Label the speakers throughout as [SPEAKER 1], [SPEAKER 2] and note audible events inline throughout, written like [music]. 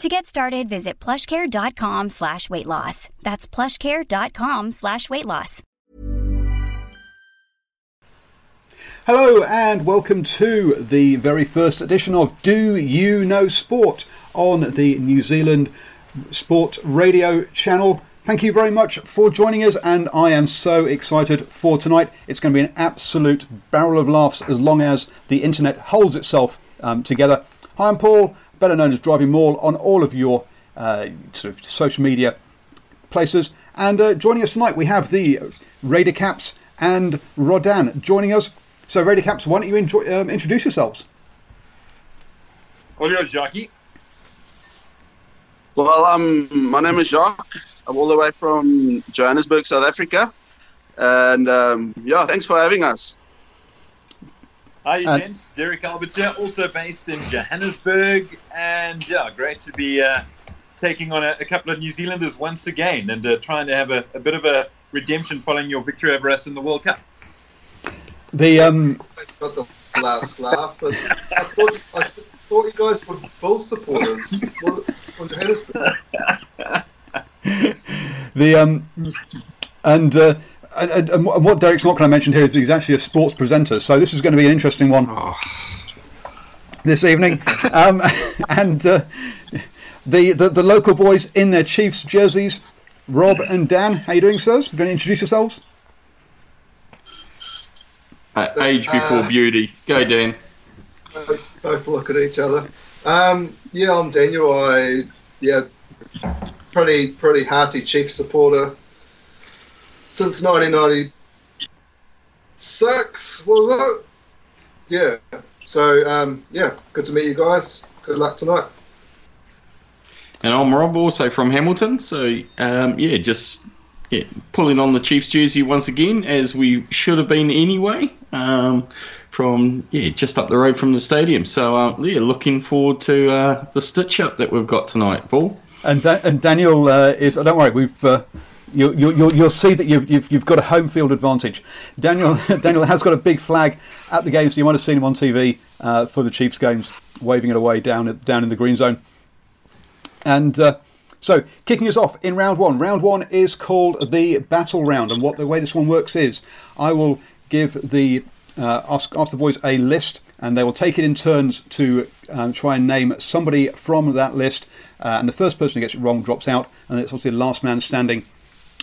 [SPEAKER 1] To get started, visit plushcare.com slash weight loss. That's plushcare.com slash weight loss.
[SPEAKER 2] Hello, and welcome to the very first edition of Do You Know Sport on the New Zealand Sport Radio channel. Thank you very much for joining us, and I am so excited for tonight. It's going to be an absolute barrel of laughs as long as the internet holds itself um, together. Hi, I'm Paul, better known as Driving Maul, on all of your uh, sort of social media places. And uh, joining us tonight, we have the Raider Caps and Rodan joining us. So, Raider Caps, why don't you enjoy, um, introduce yourselves?
[SPEAKER 3] Hello, Jackie.
[SPEAKER 4] Well, um, my name is Jacques. I'm all the way from Johannesburg, South Africa. And um, yeah, thanks for having us.
[SPEAKER 3] Hi,
[SPEAKER 2] Uh,
[SPEAKER 3] gents. Derek Alberts here, also based in Johannesburg. And yeah, great to be uh, taking on a, a couple of New Zealanders once again and uh, trying to have a, a bit of a redemption following your victory over us in the World Cup.
[SPEAKER 2] The um,
[SPEAKER 5] It's got the last laugh. But I thought I s- thought you guys were Bull supporters Well, on Johannesburg.
[SPEAKER 2] the um, and, uh, and- and and what Derek's not going to mention here is he's actually a sports presenter, so this is going to be an interesting one this evening. um, [laughs] and uh, the, the the local boys in their Chiefs jerseys, Rob and Dan, how you doing, sirs? Going to introduce yourselves?
[SPEAKER 6] Uh, age before
[SPEAKER 5] Uh,
[SPEAKER 6] beauty. Go, Dan.
[SPEAKER 5] Uh, Both look at each other. Um, yeah, I'm Daniel. I yeah, pretty pretty hearty Chief supporter since 1996 was it? Yeah. So um, yeah, good to meet you guys. Good luck tonight. [laughs]
[SPEAKER 6] And I'm Rob, also from Hamilton. So, um, yeah, just yeah, pulling on the Chiefs jersey once again, as we should have been anyway, um, from yeah, just up the road from the stadium. So, um, yeah, looking forward to uh, the stitch up that we've got tonight, Paul.
[SPEAKER 2] And da- and Daniel uh, is. oh, Don't worry, we've. Uh, you, you, you'll, you'll see that you've, you've, you've got a home field advantage. Daniel [laughs] Daniel has got a big flag at the game, so you might have seen him on TV uh, for the Chiefs games, waving it away down at- down in the green zone. And uh, so, kicking us off in round one. Round one is called the battle round, and what the way this one works is, I will give the uh, ask, ask the boys a list, and they will take it in turns to um, try and name somebody from that list. Uh, and the first person who gets it wrong drops out, and it's obviously the last man standing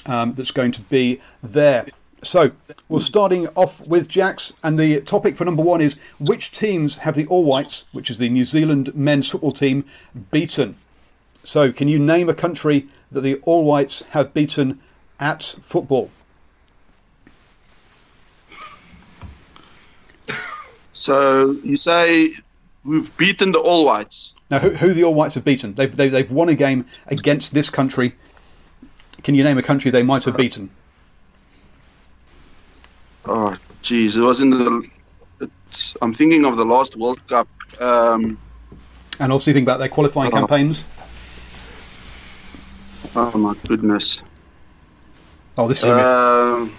[SPEAKER 2] um, that's going to be there. So we're starting off with Jacks, and the topic for number one is which teams have the All Whites, which is the New Zealand men's football team, beaten. So, can you name a country that the All Whites have beaten at football?
[SPEAKER 4] So you say we've beaten the All Whites.
[SPEAKER 2] Now, who, who the All Whites have beaten? They've, they've, they've won a game against this country. Can you name a country they might have beaten?
[SPEAKER 4] Oh, geez, it was in the. It, I'm thinking of the last World Cup. Um,
[SPEAKER 2] And obviously, think about their qualifying
[SPEAKER 4] Oh.
[SPEAKER 2] campaigns.
[SPEAKER 4] oh my goodness.
[SPEAKER 2] Oh, this is
[SPEAKER 4] Um,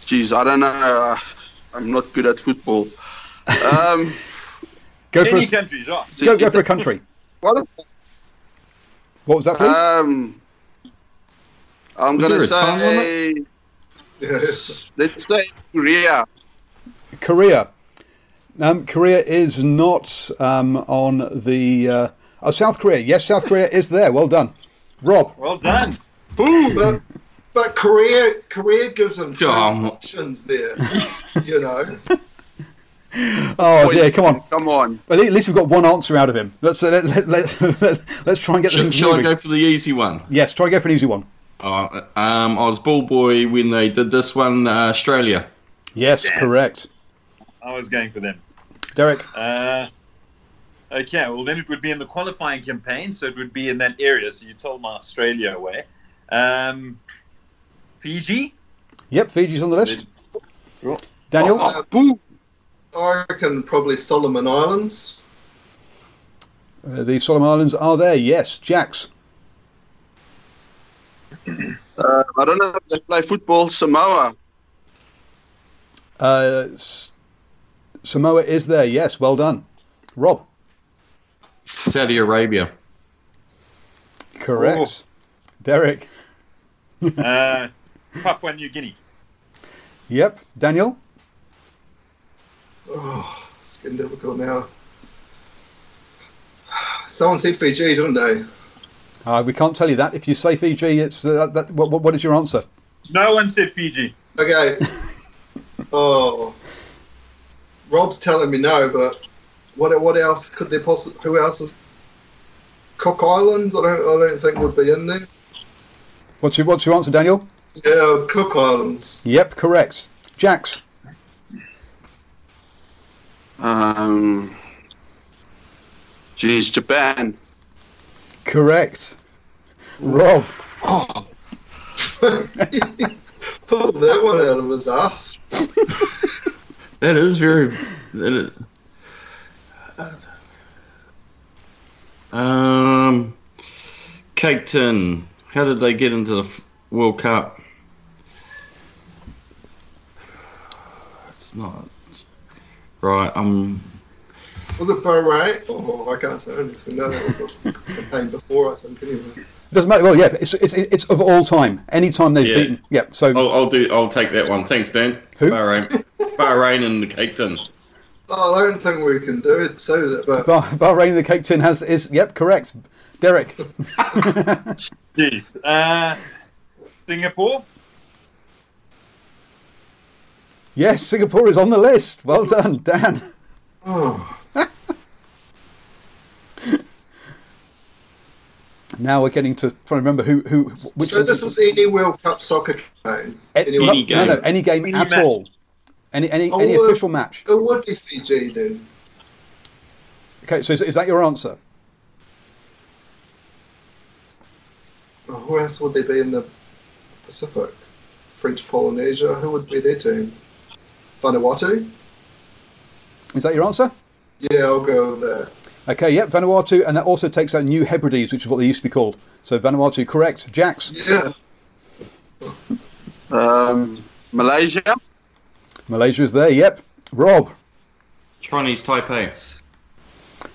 [SPEAKER 6] [laughs]
[SPEAKER 4] geez, I don't know. I'm not good at football. Um,
[SPEAKER 2] Go for
[SPEAKER 3] Any
[SPEAKER 2] a,
[SPEAKER 3] country, yeah.
[SPEAKER 2] go, go for a country.
[SPEAKER 4] What?
[SPEAKER 2] What was that, please?
[SPEAKER 4] Um, I'm
[SPEAKER 6] Was
[SPEAKER 4] gonna
[SPEAKER 6] there a time
[SPEAKER 4] say let's say Korea.
[SPEAKER 2] Korea. Um, Korea is not um, on the. Uh, oh, South Korea. Yes, South Korea is there. Well done, Rob.
[SPEAKER 3] Well done.
[SPEAKER 5] but, but Korea, Korea gives them two
[SPEAKER 6] Dumb.
[SPEAKER 5] options there. You know,
[SPEAKER 2] Oh dear, come on.
[SPEAKER 4] Come on.
[SPEAKER 2] At le- at least we've got one answer out of him. Let's uh, let, let, let, [laughs] us try and get
[SPEAKER 6] Shall,
[SPEAKER 2] things
[SPEAKER 6] shall I
[SPEAKER 2] moving.
[SPEAKER 6] go for the easy one?
[SPEAKER 2] Yes, try and go for an easy one.
[SPEAKER 6] Uh, um, I was ball boy when they did this one, uh, Australia.
[SPEAKER 2] Yes, correct.
[SPEAKER 3] I was going for them.
[SPEAKER 2] Derek.
[SPEAKER 3] Uh, okay, well, then it would be in the qualifying campaign, so it would be in that area. So you told my Australia away. Um, Fiji?
[SPEAKER 2] Yep, Fiji's on the list. Daniel.
[SPEAKER 4] Oh, boo.
[SPEAKER 5] I reckon probably Solomon Islands.
[SPEAKER 2] Uh, the Solomon Islands are there. Yes, Jax.
[SPEAKER 4] Uh, I don't know if they play football. Samoa.
[SPEAKER 2] Uh, S- Samoa is there. Yes, well done, Rob.
[SPEAKER 6] Saudi Arabia.
[SPEAKER 2] Correct. Derek.
[SPEAKER 3] Uh, Papua New Guinea.
[SPEAKER 2] Yep, Daniel.
[SPEAKER 5] Oh, it's getting difficult now. Someone said Fiji, didn't they?
[SPEAKER 2] Uh, we can't tell you that. If you say Fiji, it's uh, that, what, what- what is your answer?
[SPEAKER 3] No one said Fiji.
[SPEAKER 5] Okay. oh, Rob's telling me no, but what what else could there possibly? Who else is? Cook Islands? I don't I don't think would be in there.
[SPEAKER 2] What's your What's your answer, Daniel?
[SPEAKER 5] Yeah, Cook Islands.
[SPEAKER 2] Yep, correct. Jax.
[SPEAKER 4] Um, geez, Japan.
[SPEAKER 2] Correct. Rob.
[SPEAKER 5] [laughs] Pull that one out of his ass.
[SPEAKER 6] That is very. that is- um, Cape Town. How did they get into the f- World Cup? It's not right. Um,
[SPEAKER 5] Was it Bahrain? Oh, I can't say anything. No, that was a campaign before, I think. Anyway.
[SPEAKER 2] Doesn't matter. Well, yeah, it's it's, it's of all time. Any time they've
[SPEAKER 6] Yeah. Oh.
[SPEAKER 2] beaten. Yep. So
[SPEAKER 6] I'll, I'll do. I'll take that one. Thanks, Dan.
[SPEAKER 2] Who?
[SPEAKER 6] [laughs] Bahrain, Bahrain, and the Cape Town.
[SPEAKER 5] Oh, I don't think we can do it. So that, but
[SPEAKER 2] Bah- Bahrain the cake tin has is yep correct.
[SPEAKER 6] [laughs]
[SPEAKER 2] Derek.
[SPEAKER 3] Jeez. Uh, Singapore?
[SPEAKER 2] yes, Singapore is on the list. Well done, Dan.
[SPEAKER 5] oh,
[SPEAKER 2] Now we're getting to trying to remember who who which.
[SPEAKER 5] so this is any World Cup soccer campaign.
[SPEAKER 2] any,
[SPEAKER 5] Anyway,
[SPEAKER 6] Any
[SPEAKER 2] no, no,
[SPEAKER 6] game.
[SPEAKER 2] any game
[SPEAKER 3] Any
[SPEAKER 2] at
[SPEAKER 3] match.
[SPEAKER 2] all. Any any
[SPEAKER 5] Oh,
[SPEAKER 2] any
[SPEAKER 5] uh,
[SPEAKER 2] official match.
[SPEAKER 5] it would be Fiji then.
[SPEAKER 2] Okay, so is, is that your answer?
[SPEAKER 5] Oh, who else would they be in the Pacific? French Polynesia. Who would be their team? Vanuatu.
[SPEAKER 2] Is that your answer?
[SPEAKER 5] Yeah, I'll go with that.
[SPEAKER 2] Okay, yep, Vanuatu, and that also takes out New Hebrides, which is what they used to be called. So Vanuatu, correct. Jax,
[SPEAKER 5] Yeah.
[SPEAKER 4] Um, Malaysia.
[SPEAKER 2] Malaysia is there, yep. Rob,
[SPEAKER 6] Chinese Taipei.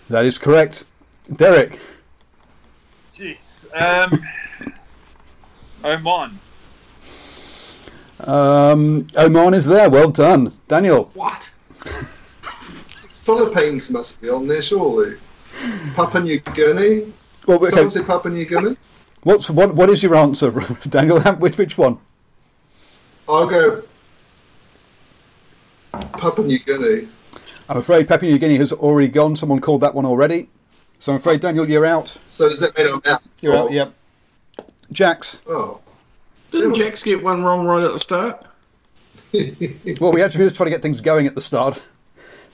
[SPEAKER 2] that is correct. Derek,
[SPEAKER 3] Jeez. Um, Oman. [laughs]
[SPEAKER 2] um, Oman is there, well done. Daniel,
[SPEAKER 6] What?
[SPEAKER 5] Philippines must be on there surely. Papua New Guinea.
[SPEAKER 2] well, okay,
[SPEAKER 5] Someone said Papua New Guinea.
[SPEAKER 2] what's, what, what is your answer, [laughs] Daniel? Which, which one?
[SPEAKER 5] I'll go Papua New Guinea.
[SPEAKER 2] I'm afraid Papua New Guinea has already gone. Someone called that one already. So I'm afraid, Daniel, you're out.
[SPEAKER 5] So does that mean I'm out?
[SPEAKER 2] You're
[SPEAKER 5] oh,
[SPEAKER 2] out, yep. Jax,
[SPEAKER 5] Oh. [laughs]
[SPEAKER 6] Didn't Jax get one wrong right at the start?
[SPEAKER 2] well, we actually just try to get things going at the start.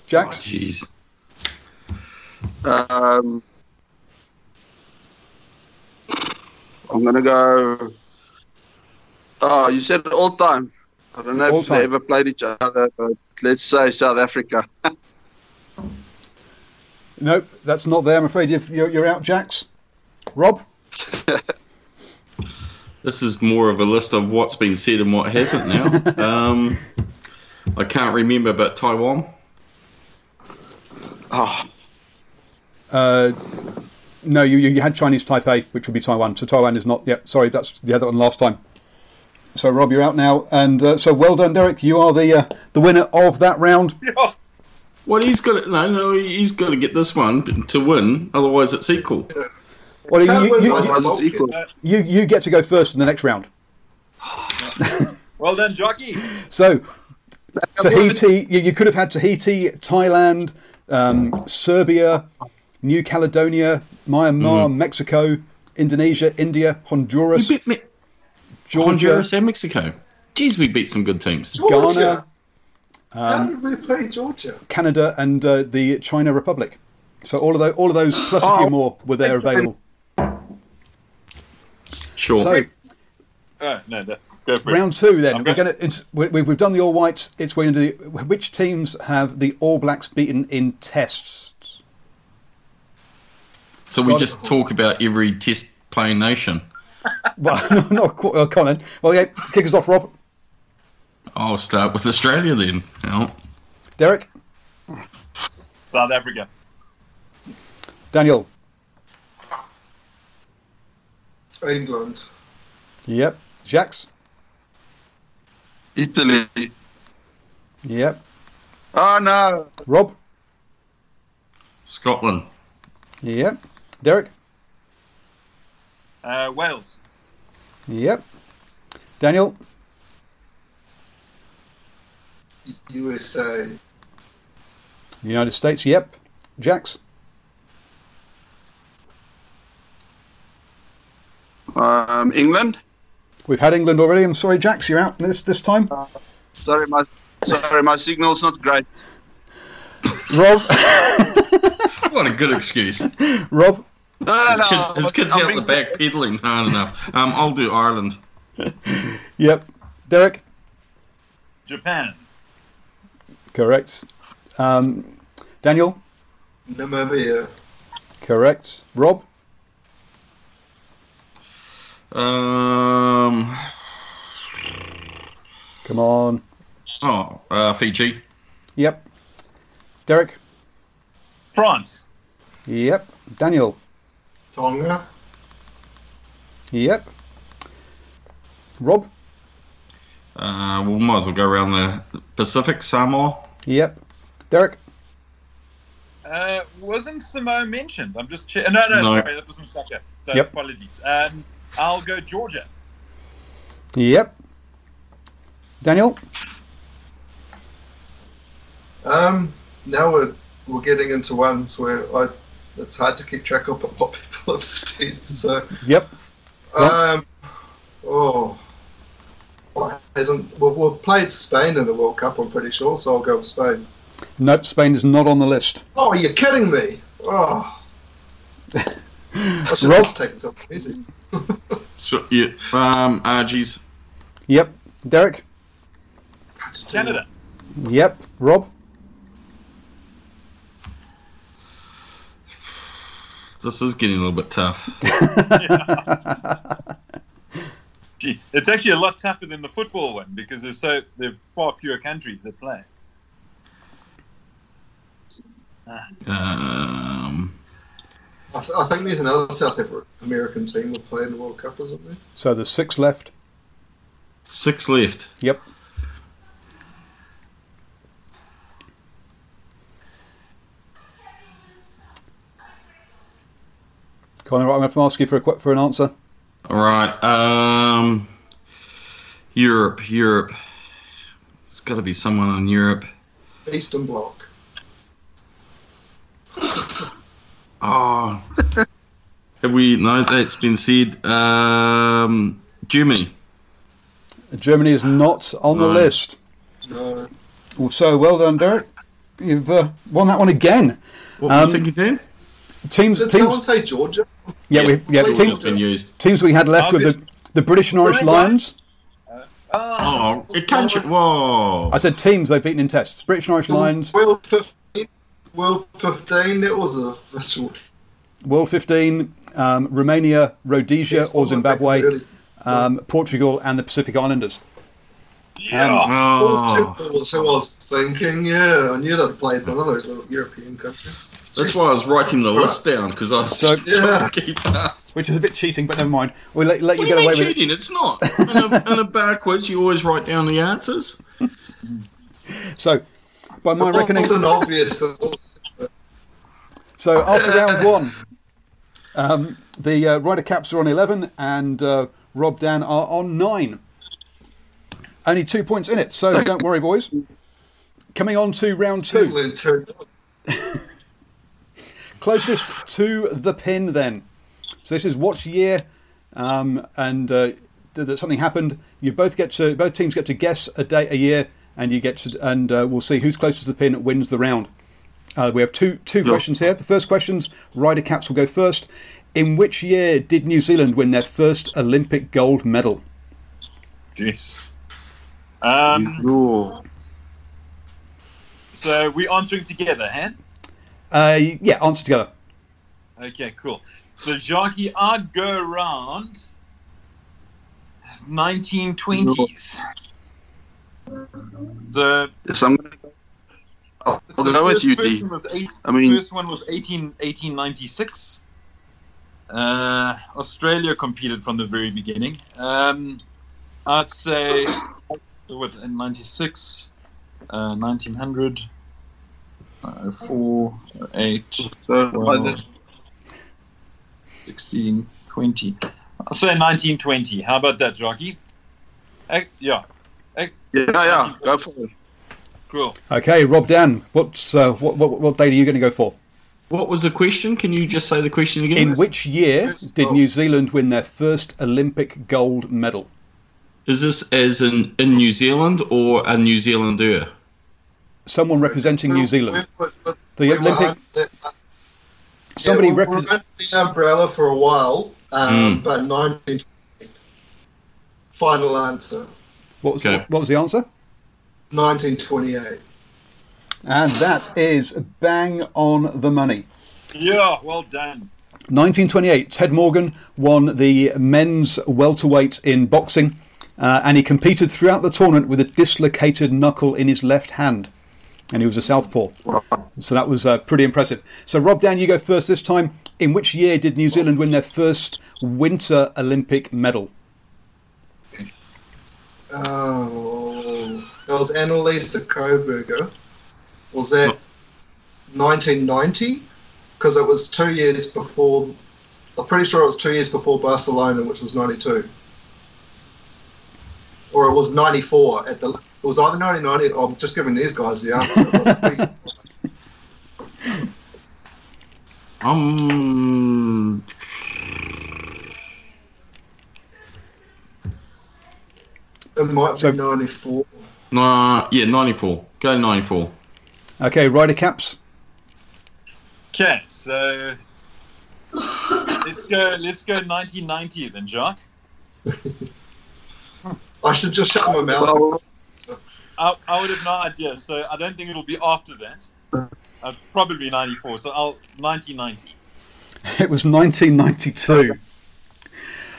[SPEAKER 2] Jax,
[SPEAKER 6] Jeez.
[SPEAKER 4] Um, I'm gonna go. Oh, you said all time. I don't know
[SPEAKER 2] All
[SPEAKER 4] if
[SPEAKER 2] time.
[SPEAKER 4] they ever played each other, but let's say South Africa. [laughs]
[SPEAKER 2] nope, that's not there. I'm afraid you've, you're, you're out, Jax. Rob?
[SPEAKER 6] This is more of a list of what's been said and what hasn't now. um, I can't remember, but Taiwan.
[SPEAKER 4] Oh,
[SPEAKER 2] Uh, no, you, you had Chinese Taipei, which would be Taiwan. So Taiwan is not. Yep, sorry, that's the other one last time. So Rob, you're out now, and uh, so well done, Derek. You are the uh, the winner of that round.
[SPEAKER 3] Yeah.
[SPEAKER 6] Well, he's got to, no, no. He's got to get this one to win. Otherwise, it's equal.
[SPEAKER 2] Well, you,
[SPEAKER 5] Can't
[SPEAKER 2] you,
[SPEAKER 5] win
[SPEAKER 2] you,
[SPEAKER 5] one
[SPEAKER 2] you,
[SPEAKER 4] Otherwise, it's equal.
[SPEAKER 2] you, you get to go first in the next round.
[SPEAKER 3] Well done, jockey.
[SPEAKER 2] So Tahiti, you, you could have had Tahiti, Thailand, um, Serbia, New Caledonia, Myanmar, Mexico, Indonesia, India,
[SPEAKER 6] We
[SPEAKER 2] Honduras,
[SPEAKER 6] Mm. beat Me-
[SPEAKER 2] Georgia,
[SPEAKER 6] Honduras and Mexico. Jeez, we beat some good teams.
[SPEAKER 2] Ghana,
[SPEAKER 5] Georgia. How
[SPEAKER 2] Um,
[SPEAKER 5] did we play Georgia?
[SPEAKER 2] Canada, and uh, the China Republic. So all of those, all of those plus a few more were there available.
[SPEAKER 6] Sure.
[SPEAKER 2] So
[SPEAKER 3] Oh, no, no, go for it.
[SPEAKER 2] round two, then
[SPEAKER 3] Okay.
[SPEAKER 2] we're going to we, we've done the All Whites. It's we're going to do which teams have the All Blacks beaten in tests.
[SPEAKER 6] so we just talk about every test playing nation.
[SPEAKER 2] Well, [laughs] not quite, uh, Conan. Well, yeah, kick us off, Rob,
[SPEAKER 6] I'll start with Australia then. Oh,
[SPEAKER 2] Derek,
[SPEAKER 3] South Africa.
[SPEAKER 2] Daniel.
[SPEAKER 5] England.
[SPEAKER 2] Yep, Jacques.
[SPEAKER 4] Italy.
[SPEAKER 2] Yep.
[SPEAKER 4] Oh no.
[SPEAKER 2] Rob?
[SPEAKER 6] Scotland.
[SPEAKER 2] Yep. Derek?
[SPEAKER 3] Uh, Wales.
[SPEAKER 2] Yep. Daniel?
[SPEAKER 5] USA.
[SPEAKER 2] United States? Yep. Jax?
[SPEAKER 4] Um, England.
[SPEAKER 2] We've had England already. I'm sorry, Jax, you're out this, this time.
[SPEAKER 4] Sorry, my sorry, my signal's not great.
[SPEAKER 2] Rob? [laughs]
[SPEAKER 6] What a good excuse. His, kid,
[SPEAKER 2] Rob?
[SPEAKER 4] No, no, no.
[SPEAKER 6] his kid's
[SPEAKER 4] I'm
[SPEAKER 6] out the
[SPEAKER 4] being-
[SPEAKER 6] back peddling hard enough. Um, I'll do Ireland.
[SPEAKER 2] Yep. Derek?
[SPEAKER 3] Japan.
[SPEAKER 2] Correct. Um, Daniel?
[SPEAKER 5] Namibia.
[SPEAKER 2] Correct. Rob?
[SPEAKER 6] Um,
[SPEAKER 2] Come on.
[SPEAKER 6] oh, uh, Fiji.
[SPEAKER 2] Yep. Derek?
[SPEAKER 3] France.
[SPEAKER 2] Yep. Daniel?
[SPEAKER 5] Tonga.
[SPEAKER 2] Yep. Rob?
[SPEAKER 6] Uh, we might as well go around the Pacific, Samoa.
[SPEAKER 2] Yep. Derek?
[SPEAKER 3] Uh, wasn't Samoa mentioned? I'm just che- no, no,
[SPEAKER 6] No.
[SPEAKER 3] sorry, that wasn't Saka. So
[SPEAKER 2] Yep.
[SPEAKER 3] apologies. Um, I'll go Georgia.
[SPEAKER 2] Yep. Daniel?
[SPEAKER 5] Um, now we're, we're getting into ones where I, it's hard to keep track of what [laughs] people have said. So,
[SPEAKER 2] Yep.
[SPEAKER 5] um, oh, why hasn't we've, we've played Spain in the World Cup? I'm pretty sure, so I'll go with Spain.
[SPEAKER 2] Nope, Spain is not on the list.
[SPEAKER 5] Oh, you're kidding me!
[SPEAKER 2] [laughs]
[SPEAKER 5] Oh, I should
[SPEAKER 2] Rob?
[SPEAKER 5] have just taken something easy.
[SPEAKER 6] So, yeah, um, Argies.
[SPEAKER 2] Yep. Derek?
[SPEAKER 3] Canada.
[SPEAKER 2] Yep. Rob?
[SPEAKER 6] This is getting a little bit tough.
[SPEAKER 3] Gee, it's actually a lot tougher than the football one because there's so there are far fewer countries that play.
[SPEAKER 6] Um,
[SPEAKER 5] I, th- I think there's another South Af- American team will play in the World Cup, isn't there?
[SPEAKER 2] So there's six left.
[SPEAKER 6] six left.
[SPEAKER 2] Yep. Connor, right, I'm going to ask you for a qu- for an answer.
[SPEAKER 6] All right. Um, Europe, Europe. It's got to be someone in Europe.
[SPEAKER 5] Eastern Bloc.
[SPEAKER 6] Oh, have we? No, that's been said. Um, Germany.
[SPEAKER 2] Germany is not on the
[SPEAKER 6] Right.
[SPEAKER 2] list.
[SPEAKER 5] No,
[SPEAKER 2] Well, So well done, Derek. You've uh, won that one again.
[SPEAKER 6] What
[SPEAKER 2] Um,
[SPEAKER 6] were you thinking, Dan?
[SPEAKER 2] Teams,
[SPEAKER 5] did someone
[SPEAKER 2] teams,
[SPEAKER 5] say Georgia?
[SPEAKER 2] yeah, we yeah,
[SPEAKER 5] Wait,
[SPEAKER 2] teams,
[SPEAKER 6] Georgia's been used.
[SPEAKER 2] teams we had left with the, the British and Irish
[SPEAKER 3] Right, right.
[SPEAKER 2] Lions.
[SPEAKER 3] Oh,
[SPEAKER 6] Oh, it can't. Whoa.
[SPEAKER 2] I said teams they've beaten in tests. British and Irish
[SPEAKER 5] Mm.
[SPEAKER 2] Lions,
[SPEAKER 5] World 15. World 15, that was a official.
[SPEAKER 2] World 15, um, Romania, Rhodesia or Zimbabwe.
[SPEAKER 5] Really.
[SPEAKER 2] um, Portugal and the Pacific Islanders.
[SPEAKER 3] yeah.
[SPEAKER 5] Portugal
[SPEAKER 6] Oh.
[SPEAKER 5] was who I was thinking, yeah. I knew they'd played one of those little European countries.
[SPEAKER 6] That's why I was writing the list down because I was [laughs]
[SPEAKER 2] So-
[SPEAKER 6] trying to keep up.
[SPEAKER 2] which is a bit cheating, but never mind. We'll let, let you
[SPEAKER 6] What
[SPEAKER 2] get
[SPEAKER 6] do you
[SPEAKER 2] away
[SPEAKER 6] mean
[SPEAKER 2] with it.
[SPEAKER 6] cheating? It's [laughs] not. In a, in a backwards, you always write down the answers.
[SPEAKER 2] So, by my reckoning,
[SPEAKER 5] wasn't obvious.
[SPEAKER 2] [laughs] so after round one, um, the uh, Ryder Caps are on 11 and uh, Rob Dan are on 9. Only two points in it, so don't worry, boys. Coming on to round two.
[SPEAKER 5] Fiddling too.
[SPEAKER 2] Closest to the pin, then. So this is watch year, um, and uh, th- that something happened. You both get to both teams get to guess a day a year, and you get to, and uh, we'll see who's closest to the pin wins the round. Uh, we have two two questions here. The first questions, Ryder Caps will go first. In which year did New Zealand win their first Olympic gold medal?
[SPEAKER 3] Jeez. Um,
[SPEAKER 4] Ooh.
[SPEAKER 3] so we're answering together, Han?
[SPEAKER 2] Uh, yeah, answer together.
[SPEAKER 3] Okay, cool. So, Jackie, I'd go around 1920s. The
[SPEAKER 4] Yes, I'm gonna go. I'll, I'll go with you,
[SPEAKER 3] first
[SPEAKER 4] D.
[SPEAKER 3] One was eight,
[SPEAKER 4] I mean-
[SPEAKER 3] first one was 18, 1896. Uh, Australia competed from the very beginning. Um, I'd say what in 96, uh, 1900, uh, 4, 8,
[SPEAKER 4] So, by
[SPEAKER 3] 12,
[SPEAKER 4] the-
[SPEAKER 3] 16, 20. I'll say 1920. How about that, Jockey? Eh, yeah,
[SPEAKER 4] yeah, yeah, go for it.
[SPEAKER 3] cool.
[SPEAKER 2] Okay, Rob Dan, what's uh, what, what what date are you going to go for?
[SPEAKER 6] What was the question? Can you just say the question again?
[SPEAKER 2] In which year did New Zealand win their first Olympic gold medal?
[SPEAKER 6] Is this as in, in New Zealand or a New Zealander?
[SPEAKER 2] Someone representing New Zealand. The
[SPEAKER 5] We were
[SPEAKER 2] Olympic.
[SPEAKER 5] under that.
[SPEAKER 2] Somebody
[SPEAKER 5] yeah, we were
[SPEAKER 2] repres-
[SPEAKER 5] under the umbrella for a while, um, but 1920. Final answer
[SPEAKER 2] What was,
[SPEAKER 6] Okay.
[SPEAKER 2] what was the answer?
[SPEAKER 5] 1928.
[SPEAKER 2] And that is bang on the money.
[SPEAKER 3] Yeah, well done.
[SPEAKER 2] 1928, Ted Morgan won the men's welterweight in boxing, uh, and he competed throughout the tournament with a dislocated knuckle in his left hand, and he was a southpaw. So that was uh, pretty impressive. So Rob Dan, you go first this time. In which year did New Zealand win their first Winter Olympic medal?
[SPEAKER 5] Oh, that was Annalisa Koberger. Was that 1990? Because it was two years before. I'm pretty sure it was two years before Barcelona, which was 92. Or it was 94 at the. It was either 1990. I'm just giving these guys the answer.
[SPEAKER 6] Um.
[SPEAKER 5] it might
[SPEAKER 2] So-
[SPEAKER 5] be 94.
[SPEAKER 6] Nah, yeah, 94. Go 94.
[SPEAKER 2] Okay, Ryder Caps.
[SPEAKER 3] Okay, so let's go. Let's go 1990 then, Jacques.
[SPEAKER 5] I should just shut my mouth.
[SPEAKER 4] Well,
[SPEAKER 3] I, I would have no idea, so I don't think it'll be after that. Uh, probably 94, so I'll 1990.
[SPEAKER 2] It was 1992.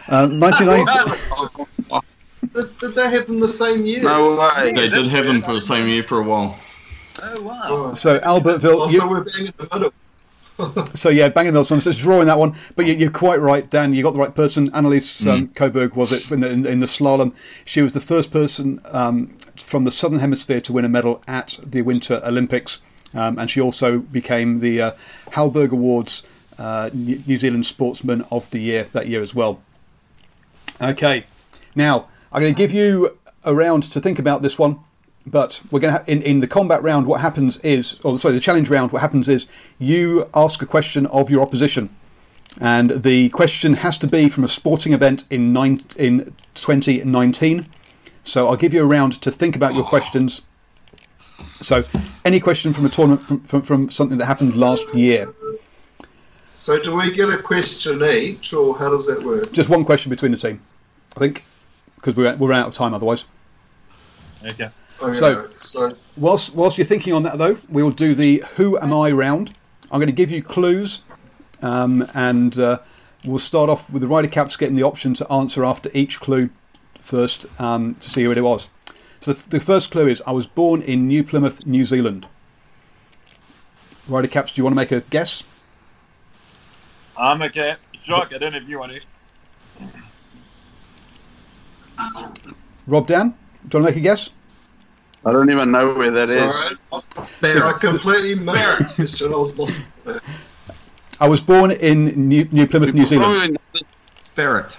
[SPEAKER 2] Um,
[SPEAKER 3] [laughs]
[SPEAKER 2] 1990.
[SPEAKER 3] Oh,
[SPEAKER 5] Did, did they have them the same year?
[SPEAKER 4] no way.
[SPEAKER 6] They did have them for the same year for a while.
[SPEAKER 3] Oh, wow.
[SPEAKER 5] Oh,
[SPEAKER 2] So Albertville.
[SPEAKER 5] so
[SPEAKER 2] You,
[SPEAKER 5] we're bang in the middle.
[SPEAKER 2] so yeah, banging those songs. It's drawing that one, but you, you're quite right, Dan. You got the right person. Annalise um, Coburg was it in the, in, in the slalom. She was the first person um, from the Southern Hemisphere to win a medal at the Winter Olympics, um, and she also became the uh, Halberg Awards uh, New New Zealand Sportsman of the Year that year as well. Okay, now I'm going to give you a round to think about this one, but we're going to ha- in in the combat round. What happens is, or sorry, the challenge round. What happens is you ask a question of your opposition, and the question has to be from a sporting event in nine, in 2019. So I'll give you a round to think about your questions. So, any question from a tournament from, from, from something that happened last year.
[SPEAKER 5] So do we get a question each, or how does that work?
[SPEAKER 2] Just one question between the team, I think, because we're, we're out of time otherwise.
[SPEAKER 3] Okay.
[SPEAKER 5] Okay,
[SPEAKER 2] So-
[SPEAKER 5] Oh, so
[SPEAKER 2] Whilst, whilst you're thinking on that, though, we will do the Who Am I round. I'm going to give you clues, um, and uh, we'll start off with the Ryder Caps getting the option to answer after each clue first um, to see who it was. So the, the first clue is I was born in New Plymouth, New Zealand. Ryder Caps, do you want to make a guess?
[SPEAKER 3] I'm okay. Jacques, I don't know if you want to.
[SPEAKER 2] Rob Dan, do you want to make a guess?
[SPEAKER 4] I don't even know where that is.
[SPEAKER 5] Sorry, I completely missed it, Christian. I was lost.
[SPEAKER 2] I was born in New, New Plymouth, New Zealand.
[SPEAKER 4] Probably not-
[SPEAKER 6] Spirit.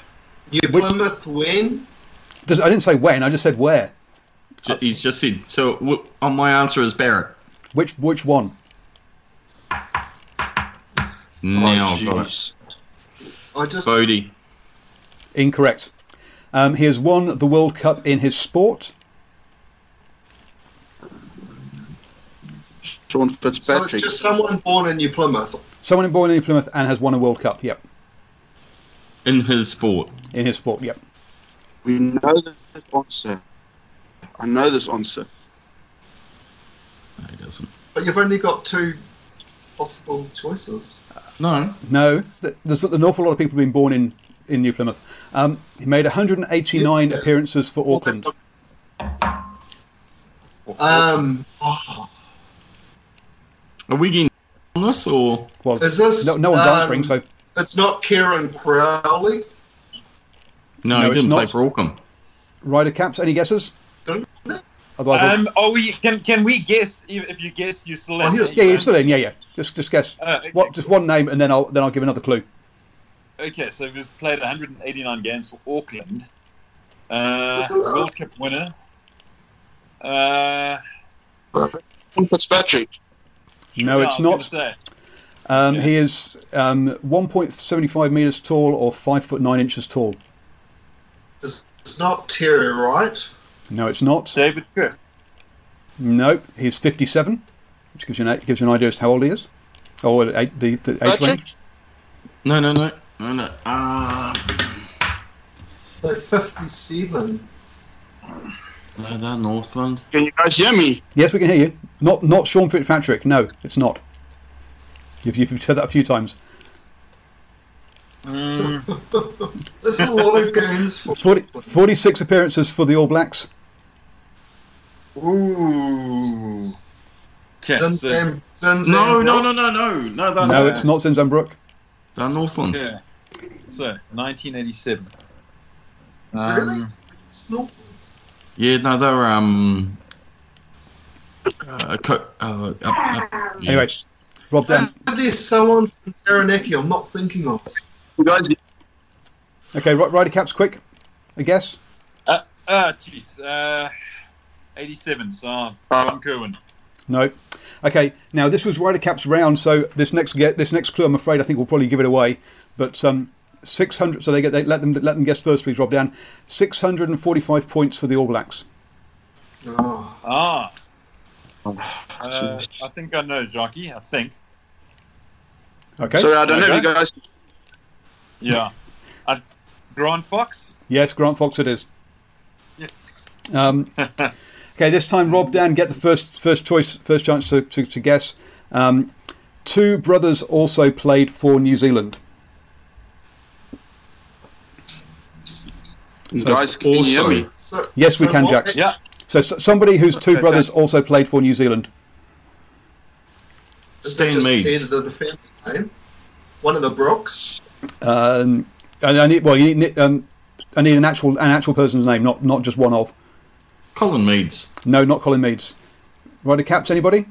[SPEAKER 5] New
[SPEAKER 2] Which-
[SPEAKER 5] Plymouth when?
[SPEAKER 2] Does- I didn't say when, I just said where.
[SPEAKER 6] J- He's just said. So w- on my answer is Barrett.
[SPEAKER 4] Oh,
[SPEAKER 2] Which which one?
[SPEAKER 6] Now I've got it.
[SPEAKER 4] jeez.
[SPEAKER 5] I just
[SPEAKER 6] Bodie.
[SPEAKER 2] Incorrect. Um, he has won the World Cup in his sport.
[SPEAKER 4] Sean
[SPEAKER 5] so
[SPEAKER 4] Fitzpatrick.
[SPEAKER 5] it's just someone born in New Plymouth.
[SPEAKER 2] Someone born in Plymouth and has won a World Cup. Yep,
[SPEAKER 6] in his sport.
[SPEAKER 2] in his sport. Yep.
[SPEAKER 4] We know this answer. I know this answer.
[SPEAKER 6] No, he doesn't.
[SPEAKER 5] But you've only got two possible choices.
[SPEAKER 6] No.
[SPEAKER 2] No, th- there's an awful lot of people being born in in New Plymouth. Um, he made 189
[SPEAKER 5] Yeah.
[SPEAKER 2] appearances for Auckland.
[SPEAKER 5] Um, oh,
[SPEAKER 6] Are we getting on this or
[SPEAKER 2] Well,
[SPEAKER 5] Is this,
[SPEAKER 2] no, no one's
[SPEAKER 5] um,
[SPEAKER 2] answering, so
[SPEAKER 5] it's not Kieran Crowley.
[SPEAKER 6] no?
[SPEAKER 2] No,
[SPEAKER 6] he
[SPEAKER 2] it's
[SPEAKER 6] didn't play
[SPEAKER 2] not.
[SPEAKER 6] for Auckland.
[SPEAKER 2] Ryder Caps. Any guesses?
[SPEAKER 5] Don't know.
[SPEAKER 2] Otherwise, we'll-
[SPEAKER 3] Um, are we? Can can we guess? If if you guess, you still.
[SPEAKER 5] Oh,
[SPEAKER 3] have
[SPEAKER 5] he was-
[SPEAKER 3] to-
[SPEAKER 2] yeah, you're still in. Yeah, yeah. Just just guess.
[SPEAKER 3] Uh, okay,
[SPEAKER 2] what? Just one name, and then I'll then I'll give another clue.
[SPEAKER 3] Okay, so he's played 189 games for Auckland. Uh, World Cup winner. Uh,
[SPEAKER 4] Sean Fitzpatrick.
[SPEAKER 2] No,
[SPEAKER 3] yeah,
[SPEAKER 2] it's
[SPEAKER 3] I was
[SPEAKER 2] not.
[SPEAKER 3] gonna say.
[SPEAKER 2] Um, He is um, 1.75 meters tall or five foot nine inches tall.
[SPEAKER 5] It's, it's not Terry Wright.
[SPEAKER 2] No, it's not.
[SPEAKER 3] David Cook.
[SPEAKER 2] Nope. He's 57, which gives you an, gives you an idea as to how old he is, or the, the, the age
[SPEAKER 4] Patrick?
[SPEAKER 2] range.
[SPEAKER 6] No, no, no, no, no. Uh,
[SPEAKER 5] They're 57.
[SPEAKER 6] no, they're Northland.
[SPEAKER 4] Can you guys hear me?
[SPEAKER 2] Yes, we can hear you. Not not Sean Fitzpatrick. No, it's not. You've, you've said that a few times.
[SPEAKER 5] [laughs]
[SPEAKER 2] Mm.
[SPEAKER 5] There's a lot of games for
[SPEAKER 2] 40, 46 appearances for the All Blacks.
[SPEAKER 3] Ooh. Okay,
[SPEAKER 5] Zin,
[SPEAKER 3] so-
[SPEAKER 5] Zin, Zin,
[SPEAKER 6] No,
[SPEAKER 5] Zin,
[SPEAKER 6] no, no, no, no, no.
[SPEAKER 2] No,
[SPEAKER 6] They're, no,
[SPEAKER 2] it's not Zinzan Brook.
[SPEAKER 6] they're Northland.
[SPEAKER 3] yeah. So Um, 1987.
[SPEAKER 5] Really? It's not.
[SPEAKER 6] Yeah, no, they're um. Uh, co- uh, up, up, yeah.
[SPEAKER 2] Anyway, Rob Dan.
[SPEAKER 5] There's someone from Taranaki I'm not thinking of.
[SPEAKER 4] You guys,
[SPEAKER 2] Okay, Ry- Ryder Caps, quick. A guess.
[SPEAKER 3] Uh, uh, jeez. Uh, 87. So John Kerwin.
[SPEAKER 2] No. Okay. Now this was Ryder Cap's round, so this next get this next clue, I'm afraid, I think will probably give it away. But um, 600. So they get they let them let them guess first, please, Rob Dan. 645 points for the All Blacks.
[SPEAKER 5] Oh,
[SPEAKER 3] Ah. Uh, I think I know, Jockey. I think.
[SPEAKER 2] Okay.
[SPEAKER 4] sorry, I don't know if
[SPEAKER 3] Okay.
[SPEAKER 4] you guys.
[SPEAKER 3] Yeah. Uh, Grant Fox.
[SPEAKER 2] Yes, Grant Fox, it is.
[SPEAKER 3] Yes.
[SPEAKER 2] Um, okay, this time Rob Dan get the first first choice first chance to to, to guess. Um, two brothers also played for New Zealand.
[SPEAKER 4] You guys, can you hear
[SPEAKER 6] Also,
[SPEAKER 4] me?
[SPEAKER 5] so,
[SPEAKER 2] Yes, we
[SPEAKER 5] so
[SPEAKER 2] can,
[SPEAKER 5] what-
[SPEAKER 2] Jack.
[SPEAKER 3] Yeah.
[SPEAKER 2] So, s somebody whose two
[SPEAKER 4] Okay.
[SPEAKER 2] brothers also played for New Zealand.
[SPEAKER 5] Is it
[SPEAKER 6] Stan
[SPEAKER 5] just
[SPEAKER 6] Meads.
[SPEAKER 5] Either the defence name, one of the Brooks.
[SPEAKER 2] Um, and I need well, you need um, I need an actual an actual person's name, not not just one of.
[SPEAKER 6] Colin Meads.
[SPEAKER 2] No, not Colin Meads. Ryder Caps, anybody?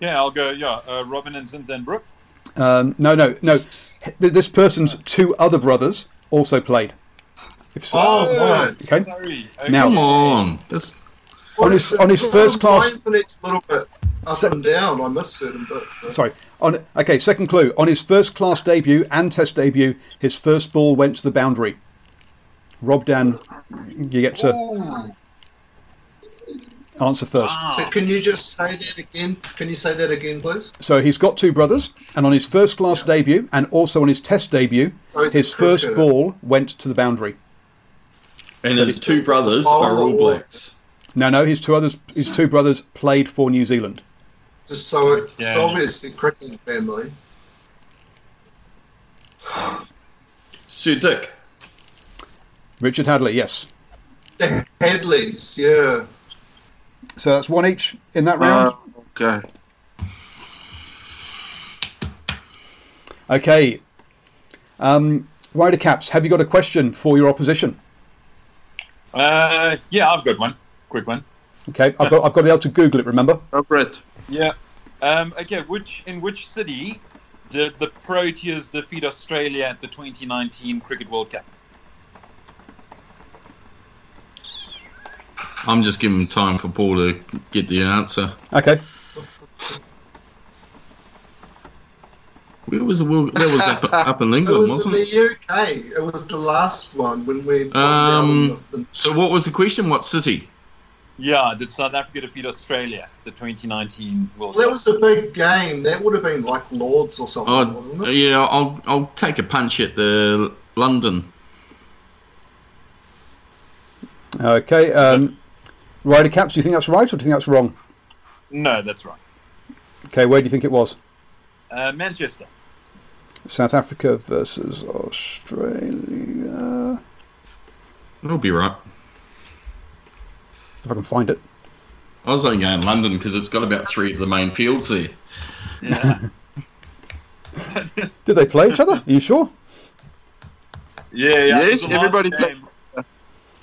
[SPEAKER 3] Yeah, I'll go. Yeah, uh, Robin and Zinzenbrook.
[SPEAKER 2] Um, no, no, no. Th- This person's two other brothers also played. If so,
[SPEAKER 5] Oh, my.
[SPEAKER 2] Okay.
[SPEAKER 3] Sorry.
[SPEAKER 2] Now-
[SPEAKER 6] Come on, that's
[SPEAKER 2] On his- on his
[SPEAKER 5] Well,
[SPEAKER 2] first class-
[SPEAKER 5] mine's the next little bit up
[SPEAKER 2] Se-
[SPEAKER 5] and down. I missed certain bit. but-
[SPEAKER 2] sorry. On okay, second clue. On his first class debut and test debut, his first ball went to the boundary. Rob Dan, you get to answer first.
[SPEAKER 5] So can you just say that again? Can you say that again, please?
[SPEAKER 2] So he's got two brothers, and on his first class debut and also on his test debut,
[SPEAKER 5] So he's a
[SPEAKER 2] his first
[SPEAKER 5] cricketer.
[SPEAKER 2] ball went to the boundary.
[SPEAKER 6] and his two brothers
[SPEAKER 5] Oh,
[SPEAKER 6] are All
[SPEAKER 5] Lord.
[SPEAKER 6] Blacks.
[SPEAKER 2] No, no, his two others, his two brothers played for New Zealand.
[SPEAKER 5] Just so it, it's
[SPEAKER 3] Yeah.
[SPEAKER 5] obviously cricketing family.
[SPEAKER 6] Sir Dick.
[SPEAKER 2] Richard Hadley, yes.
[SPEAKER 5] The Hadleys, yeah. Uh.
[SPEAKER 2] So that's one each in that round.
[SPEAKER 4] Uh, okay.
[SPEAKER 2] Okay. Um, Rider Caps, have you got a question for your opposition?
[SPEAKER 3] Uh, yeah, I've got one. Quick one.
[SPEAKER 2] Okay, I've got, I've got to be able to Google it, remember?
[SPEAKER 4] Go for it.
[SPEAKER 3] Yeah. Um, okay. Which in which city did the Proteas defeat Australia at the 2019 Cricket World Cup?
[SPEAKER 6] I'm just giving time for Paul to get the answer.
[SPEAKER 2] Okay.
[SPEAKER 6] Where was the world? Where was up,
[SPEAKER 5] [laughs]
[SPEAKER 6] up in
[SPEAKER 5] It
[SPEAKER 6] England,
[SPEAKER 5] was in
[SPEAKER 6] wasn't it?
[SPEAKER 5] the UK. It was the last one when we. won the
[SPEAKER 6] Um,
[SPEAKER 5] album of the-
[SPEAKER 6] So what was the question? What city?
[SPEAKER 3] Yeah. Did South Africa defeat Australia at the 2019 World
[SPEAKER 5] Well, that
[SPEAKER 3] Cup?
[SPEAKER 5] was a big game. That would have been like Lords or something,
[SPEAKER 6] Oh,
[SPEAKER 5] wouldn't it?
[SPEAKER 6] yeah, I'll I'll take a punch at the London.
[SPEAKER 2] Okay. Um, Rider Caps, do you think that's right or do you think that's wrong?
[SPEAKER 3] No, that's right.
[SPEAKER 2] Okay, where do you think it was?
[SPEAKER 3] Uh, Manchester.
[SPEAKER 2] South Africa versus Australia.
[SPEAKER 6] It'll be right.
[SPEAKER 2] If I can find it.
[SPEAKER 6] I was only going London because it's got about three of the main fields there.
[SPEAKER 2] Did they play each other? Are you sure?
[SPEAKER 3] Yeah. yeah it was
[SPEAKER 4] Yes,
[SPEAKER 3] the last
[SPEAKER 4] everybody
[SPEAKER 3] game.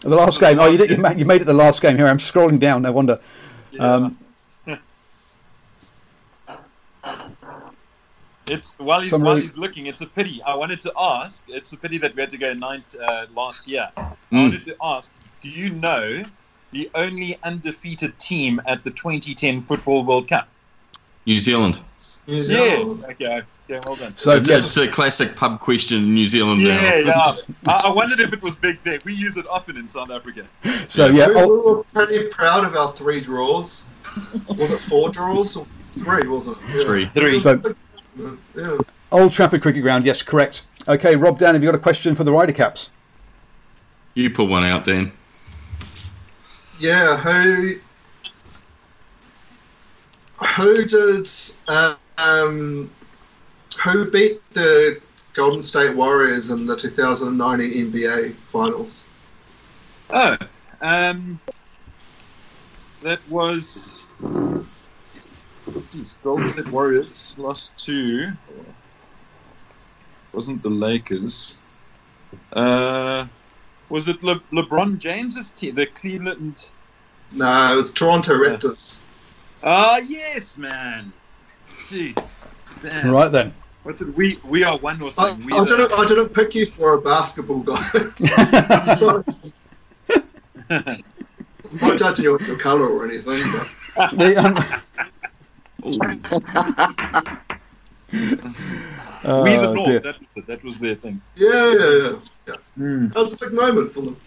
[SPEAKER 2] The last game. Oh, you, did, you ma- you made it the last game. Here, I'm scrolling down. No wonder. Um,
[SPEAKER 3] It's while he's,
[SPEAKER 2] Summary.
[SPEAKER 3] while he's looking. It's a pity. I wanted to ask. It's a pity that we had to go nine uh, last year. I wanted to ask. Do you know the only undefeated team at the 2010 Football World Cup?
[SPEAKER 6] New Zealand.
[SPEAKER 5] New
[SPEAKER 3] Yeah.
[SPEAKER 5] Zealand.
[SPEAKER 3] Okay. Okay. Well done.
[SPEAKER 2] so
[SPEAKER 6] it's,
[SPEAKER 2] yes,
[SPEAKER 6] it's a classic pub question in New Zealand now.
[SPEAKER 3] Yeah, yeah. I, I wondered if it was big there. We use it often in South Africa.
[SPEAKER 2] so yeah.
[SPEAKER 5] we,
[SPEAKER 2] oh,
[SPEAKER 5] we were pretty proud of our three draws. Was it four
[SPEAKER 2] [laughs]
[SPEAKER 5] draws or three? Was it Yeah.
[SPEAKER 6] Three.
[SPEAKER 3] Three.
[SPEAKER 2] so
[SPEAKER 5] Yeah.
[SPEAKER 2] Old Trafford Cricket Ground. Yes, correct. Okay, Rob Dan, have you got a question for the Rider Caps?
[SPEAKER 6] You pull one out, Dan.
[SPEAKER 5] Yeah, who who did uh, um, who beat the Golden State Warriors in the 2019 NBA Finals?
[SPEAKER 3] Oh, um, that was. Geez, Golden State Warriors lost to. Wasn't the Lakers? Uh, was it Le- LeBron James's team, the Cleveland?
[SPEAKER 5] No, it was Toronto Raptors.
[SPEAKER 3] Ah, yes, man. Jeez, damn.
[SPEAKER 2] Right [laughs] then.
[SPEAKER 3] What's it? We we are one or
[SPEAKER 5] I,
[SPEAKER 3] something. We
[SPEAKER 5] I
[SPEAKER 3] the-
[SPEAKER 5] didn't I didn't pick you for a basketball guy. [laughs] Sorry. I'm not judging you on your colour or anything. But
[SPEAKER 2] The, um,
[SPEAKER 3] we the
[SPEAKER 2] Oh, dear.
[SPEAKER 3] North. That, was it. that was their thing.
[SPEAKER 5] yeah, yeah, yeah. yeah.
[SPEAKER 2] Hmm.
[SPEAKER 5] That was a big moment for them.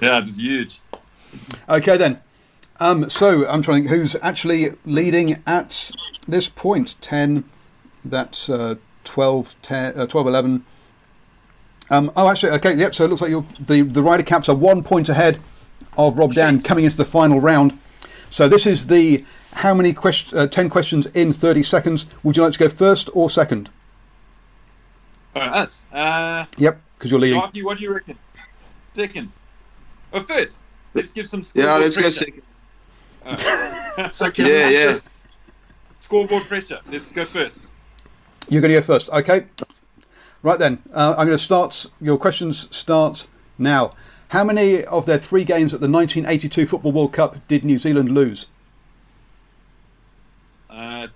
[SPEAKER 3] Yeah, it was huge.
[SPEAKER 2] Okay then. Um, so I'm trying to think who's actually leading at this point. 10, that's uh, 12, 10, uh, 12, 11. Um, oh, actually, okay, yep. So it looks like you're, the, the Ryder Caps are one point ahead of Rob Dan coming into the final round. So this is the how many quest- uh, 10 questions in 30 seconds. Would you like to go first or second?
[SPEAKER 3] Oh, us. Uh,
[SPEAKER 2] Yep, because you're leading.
[SPEAKER 3] Rocky, what do you reckon? Second. Oh, first. Let's give some scoreboard
[SPEAKER 4] Yeah, let's go
[SPEAKER 3] pressure.
[SPEAKER 4] second.
[SPEAKER 5] So can
[SPEAKER 4] Yeah,
[SPEAKER 5] I
[SPEAKER 4] yeah.
[SPEAKER 5] just-
[SPEAKER 3] Scoreboard pressure. Let's go first.
[SPEAKER 2] You're going to go first. Okay. Right then. Uh, I'm going to start. Your questions start now. How many of their three games at the 1982 Football World Cup did New Zealand lose?
[SPEAKER 3] Uh,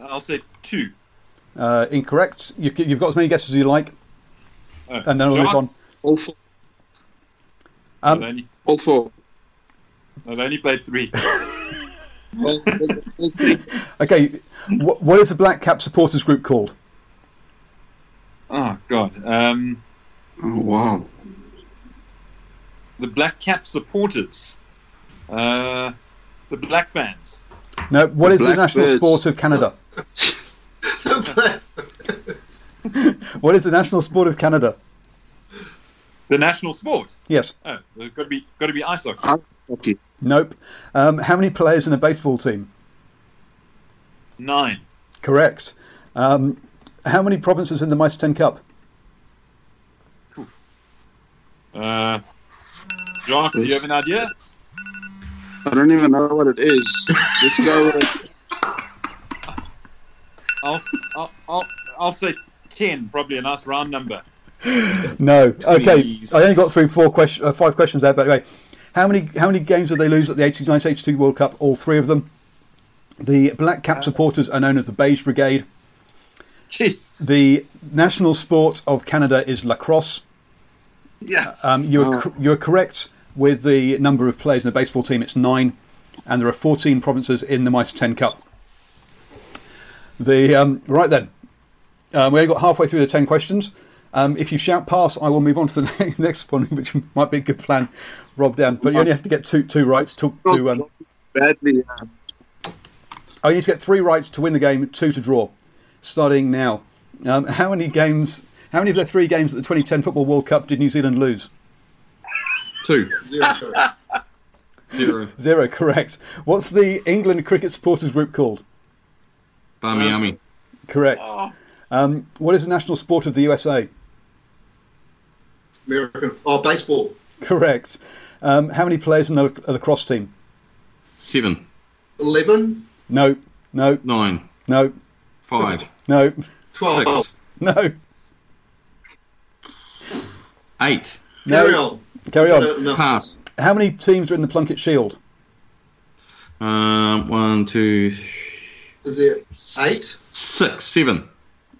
[SPEAKER 3] I'll say two.
[SPEAKER 2] Uh, incorrect. You, you've got as many guesses as you like,
[SPEAKER 3] Oh,
[SPEAKER 2] and then I'll
[SPEAKER 3] John?
[SPEAKER 2] move on.
[SPEAKER 4] All four.
[SPEAKER 3] I've,
[SPEAKER 2] Um,
[SPEAKER 3] only,
[SPEAKER 4] All four.
[SPEAKER 3] I've only played three.
[SPEAKER 4] All- all- all three.
[SPEAKER 2] okay. Wh- what is the Black Cap supporters group called?
[SPEAKER 3] oh, God. Um,
[SPEAKER 4] Oh, wow.
[SPEAKER 3] the Black Cap supporters. Uh, the Black fans.
[SPEAKER 2] No. What
[SPEAKER 4] The
[SPEAKER 2] is the
[SPEAKER 4] Black
[SPEAKER 2] national
[SPEAKER 4] Birds.
[SPEAKER 2] sport of Canada?
[SPEAKER 5] the
[SPEAKER 2] What is the national sport of Canada?
[SPEAKER 3] The national sport.
[SPEAKER 2] Yes.
[SPEAKER 3] Oh, there's got to be got to be ice hockey.
[SPEAKER 4] Ah, Okay.
[SPEAKER 2] Nope. Um, how many players in a baseball team?
[SPEAKER 3] Nine.
[SPEAKER 2] Correct. Um, how many provinces in the Mitre 10 Cup?
[SPEAKER 3] Uh, John, do you have an idea?
[SPEAKER 4] I don't even know what it is. Let's go. with-
[SPEAKER 3] I'll, I'll, I'll, I'll say ten, probably a nice round number.
[SPEAKER 2] No. Okay.
[SPEAKER 6] Please.
[SPEAKER 2] I only got through four question, uh, five questions there, but anyway, how many how many games did they lose at the 1982 World Cup? All three of them. The Black Cap supporters are known as the Beige Brigade.
[SPEAKER 3] Jeez.
[SPEAKER 2] The national sport of Canada is lacrosse.
[SPEAKER 3] Yes.
[SPEAKER 2] Um, you are cor- you are correct with the number of players in a baseball team. It's nine, and there are 14 provinces in the Mitre 10 Cup. The um, right then, um, we only got halfway through the 10 questions. Um, if you shout pass, I will move on to the [laughs] ne- next one, which might be a good plan, Rob down. But you only have to get two two rights to, to um,
[SPEAKER 4] Badly. uh,
[SPEAKER 2] I need to get three rights to win the game, two to draw. Starting now, um, how many games? How many of the three games at the 2010 Football World Cup did New Zealand lose?
[SPEAKER 6] Two.
[SPEAKER 5] Zero. [laughs]
[SPEAKER 6] Zero.
[SPEAKER 2] Zero, [laughs] correct. What's the England cricket supporters group called?
[SPEAKER 6] Barmy Army.
[SPEAKER 2] Correct.
[SPEAKER 3] Oh,
[SPEAKER 2] Um, what is the national sport of the USA?
[SPEAKER 5] American. Oh, baseball.
[SPEAKER 2] [laughs] Correct. Um, how many players in the lac- lacrosse team?
[SPEAKER 6] Seven.
[SPEAKER 5] 11,
[SPEAKER 2] No, no,
[SPEAKER 6] Nine.
[SPEAKER 2] no,
[SPEAKER 6] Five.
[SPEAKER 2] no, [laughs]
[SPEAKER 5] 12.
[SPEAKER 6] Six.
[SPEAKER 2] no.
[SPEAKER 6] Eight.
[SPEAKER 5] Carry
[SPEAKER 2] No.
[SPEAKER 5] on.
[SPEAKER 2] Carry
[SPEAKER 5] No,
[SPEAKER 2] on.
[SPEAKER 5] no.
[SPEAKER 6] Pass.
[SPEAKER 2] How many teams are in the Plunket Shield?
[SPEAKER 6] Um, one, two,
[SPEAKER 5] Is it eight?
[SPEAKER 6] six, seven.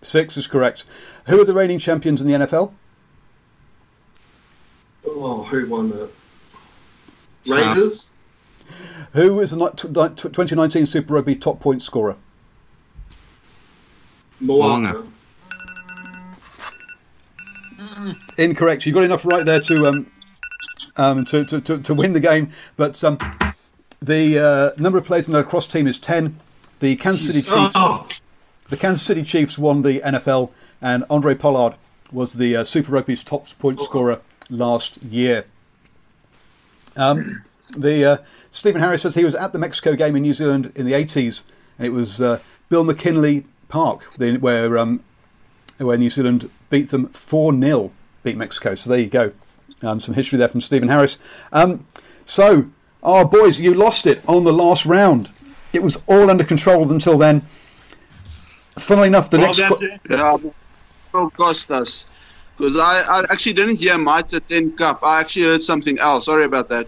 [SPEAKER 2] Six is correct. Who are the reigning champions in the NFL?
[SPEAKER 5] Oh, who won it? Raiders?
[SPEAKER 2] Who was the ni- tw- ni- tw- 2019 Super Rugby top point scorer?
[SPEAKER 5] Moana.
[SPEAKER 6] Moana.
[SPEAKER 2] Incorrect. You got enough right there to um, um, to, to, to, to win the game, but um, the uh, number of players in the lacrosse team is ten. The Kansas City Chiefs.
[SPEAKER 5] Oh,
[SPEAKER 2] The Kansas City Chiefs won the NFL, and Andre Pollard was the uh, Super Rugby's top point scorer last year. Um, the uh, Stephen Harris says he was at the Mexico game in New Zealand in the 80s, and it was uh, Bill McKinley Park the, where um, where New Zealand beat them four 0 beat Mexico. So there you go, um, some history there from Stephen Harris. Um, so our boys, you lost it on the last round. It was all under control until then. Funnily enough, the
[SPEAKER 3] well
[SPEAKER 2] next
[SPEAKER 3] done,
[SPEAKER 2] que-
[SPEAKER 3] James.
[SPEAKER 4] Yeah, but it'll cost us. Because I, I actually didn't hear Mitre 10 Cup. I actually heard something else. Sorry about that.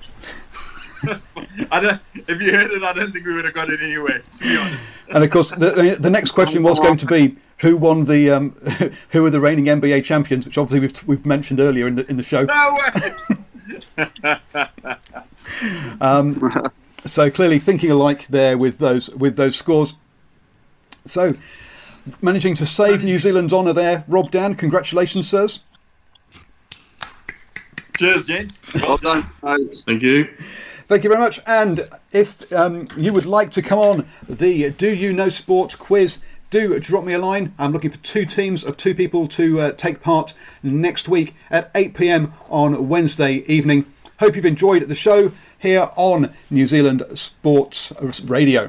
[SPEAKER 3] I don't, if you heard it, I don't think we would have got it anyway. To be honest,
[SPEAKER 2] And of course, the, the next question was going to be who won the um, [laughs] who are the reigning NBA champions, which obviously we've, we've mentioned earlier in the in the show.
[SPEAKER 3] no way.
[SPEAKER 2] So clearly thinking alike there with those with those scores. So managing to save New Zealand's honour there, Rob Dan. Congratulations, sirs.
[SPEAKER 3] Cheers, gents.
[SPEAKER 4] Well done. guys.
[SPEAKER 6] Thank you.
[SPEAKER 2] Thank you very much. And if um, you would like to come on the Do You Know Sport quiz, do drop me a line. I'm looking for two teams of two people to uh, take part next week at 8 pm on Wednesday evening. Hope you've enjoyed the show here on New Zealand Sports Radio.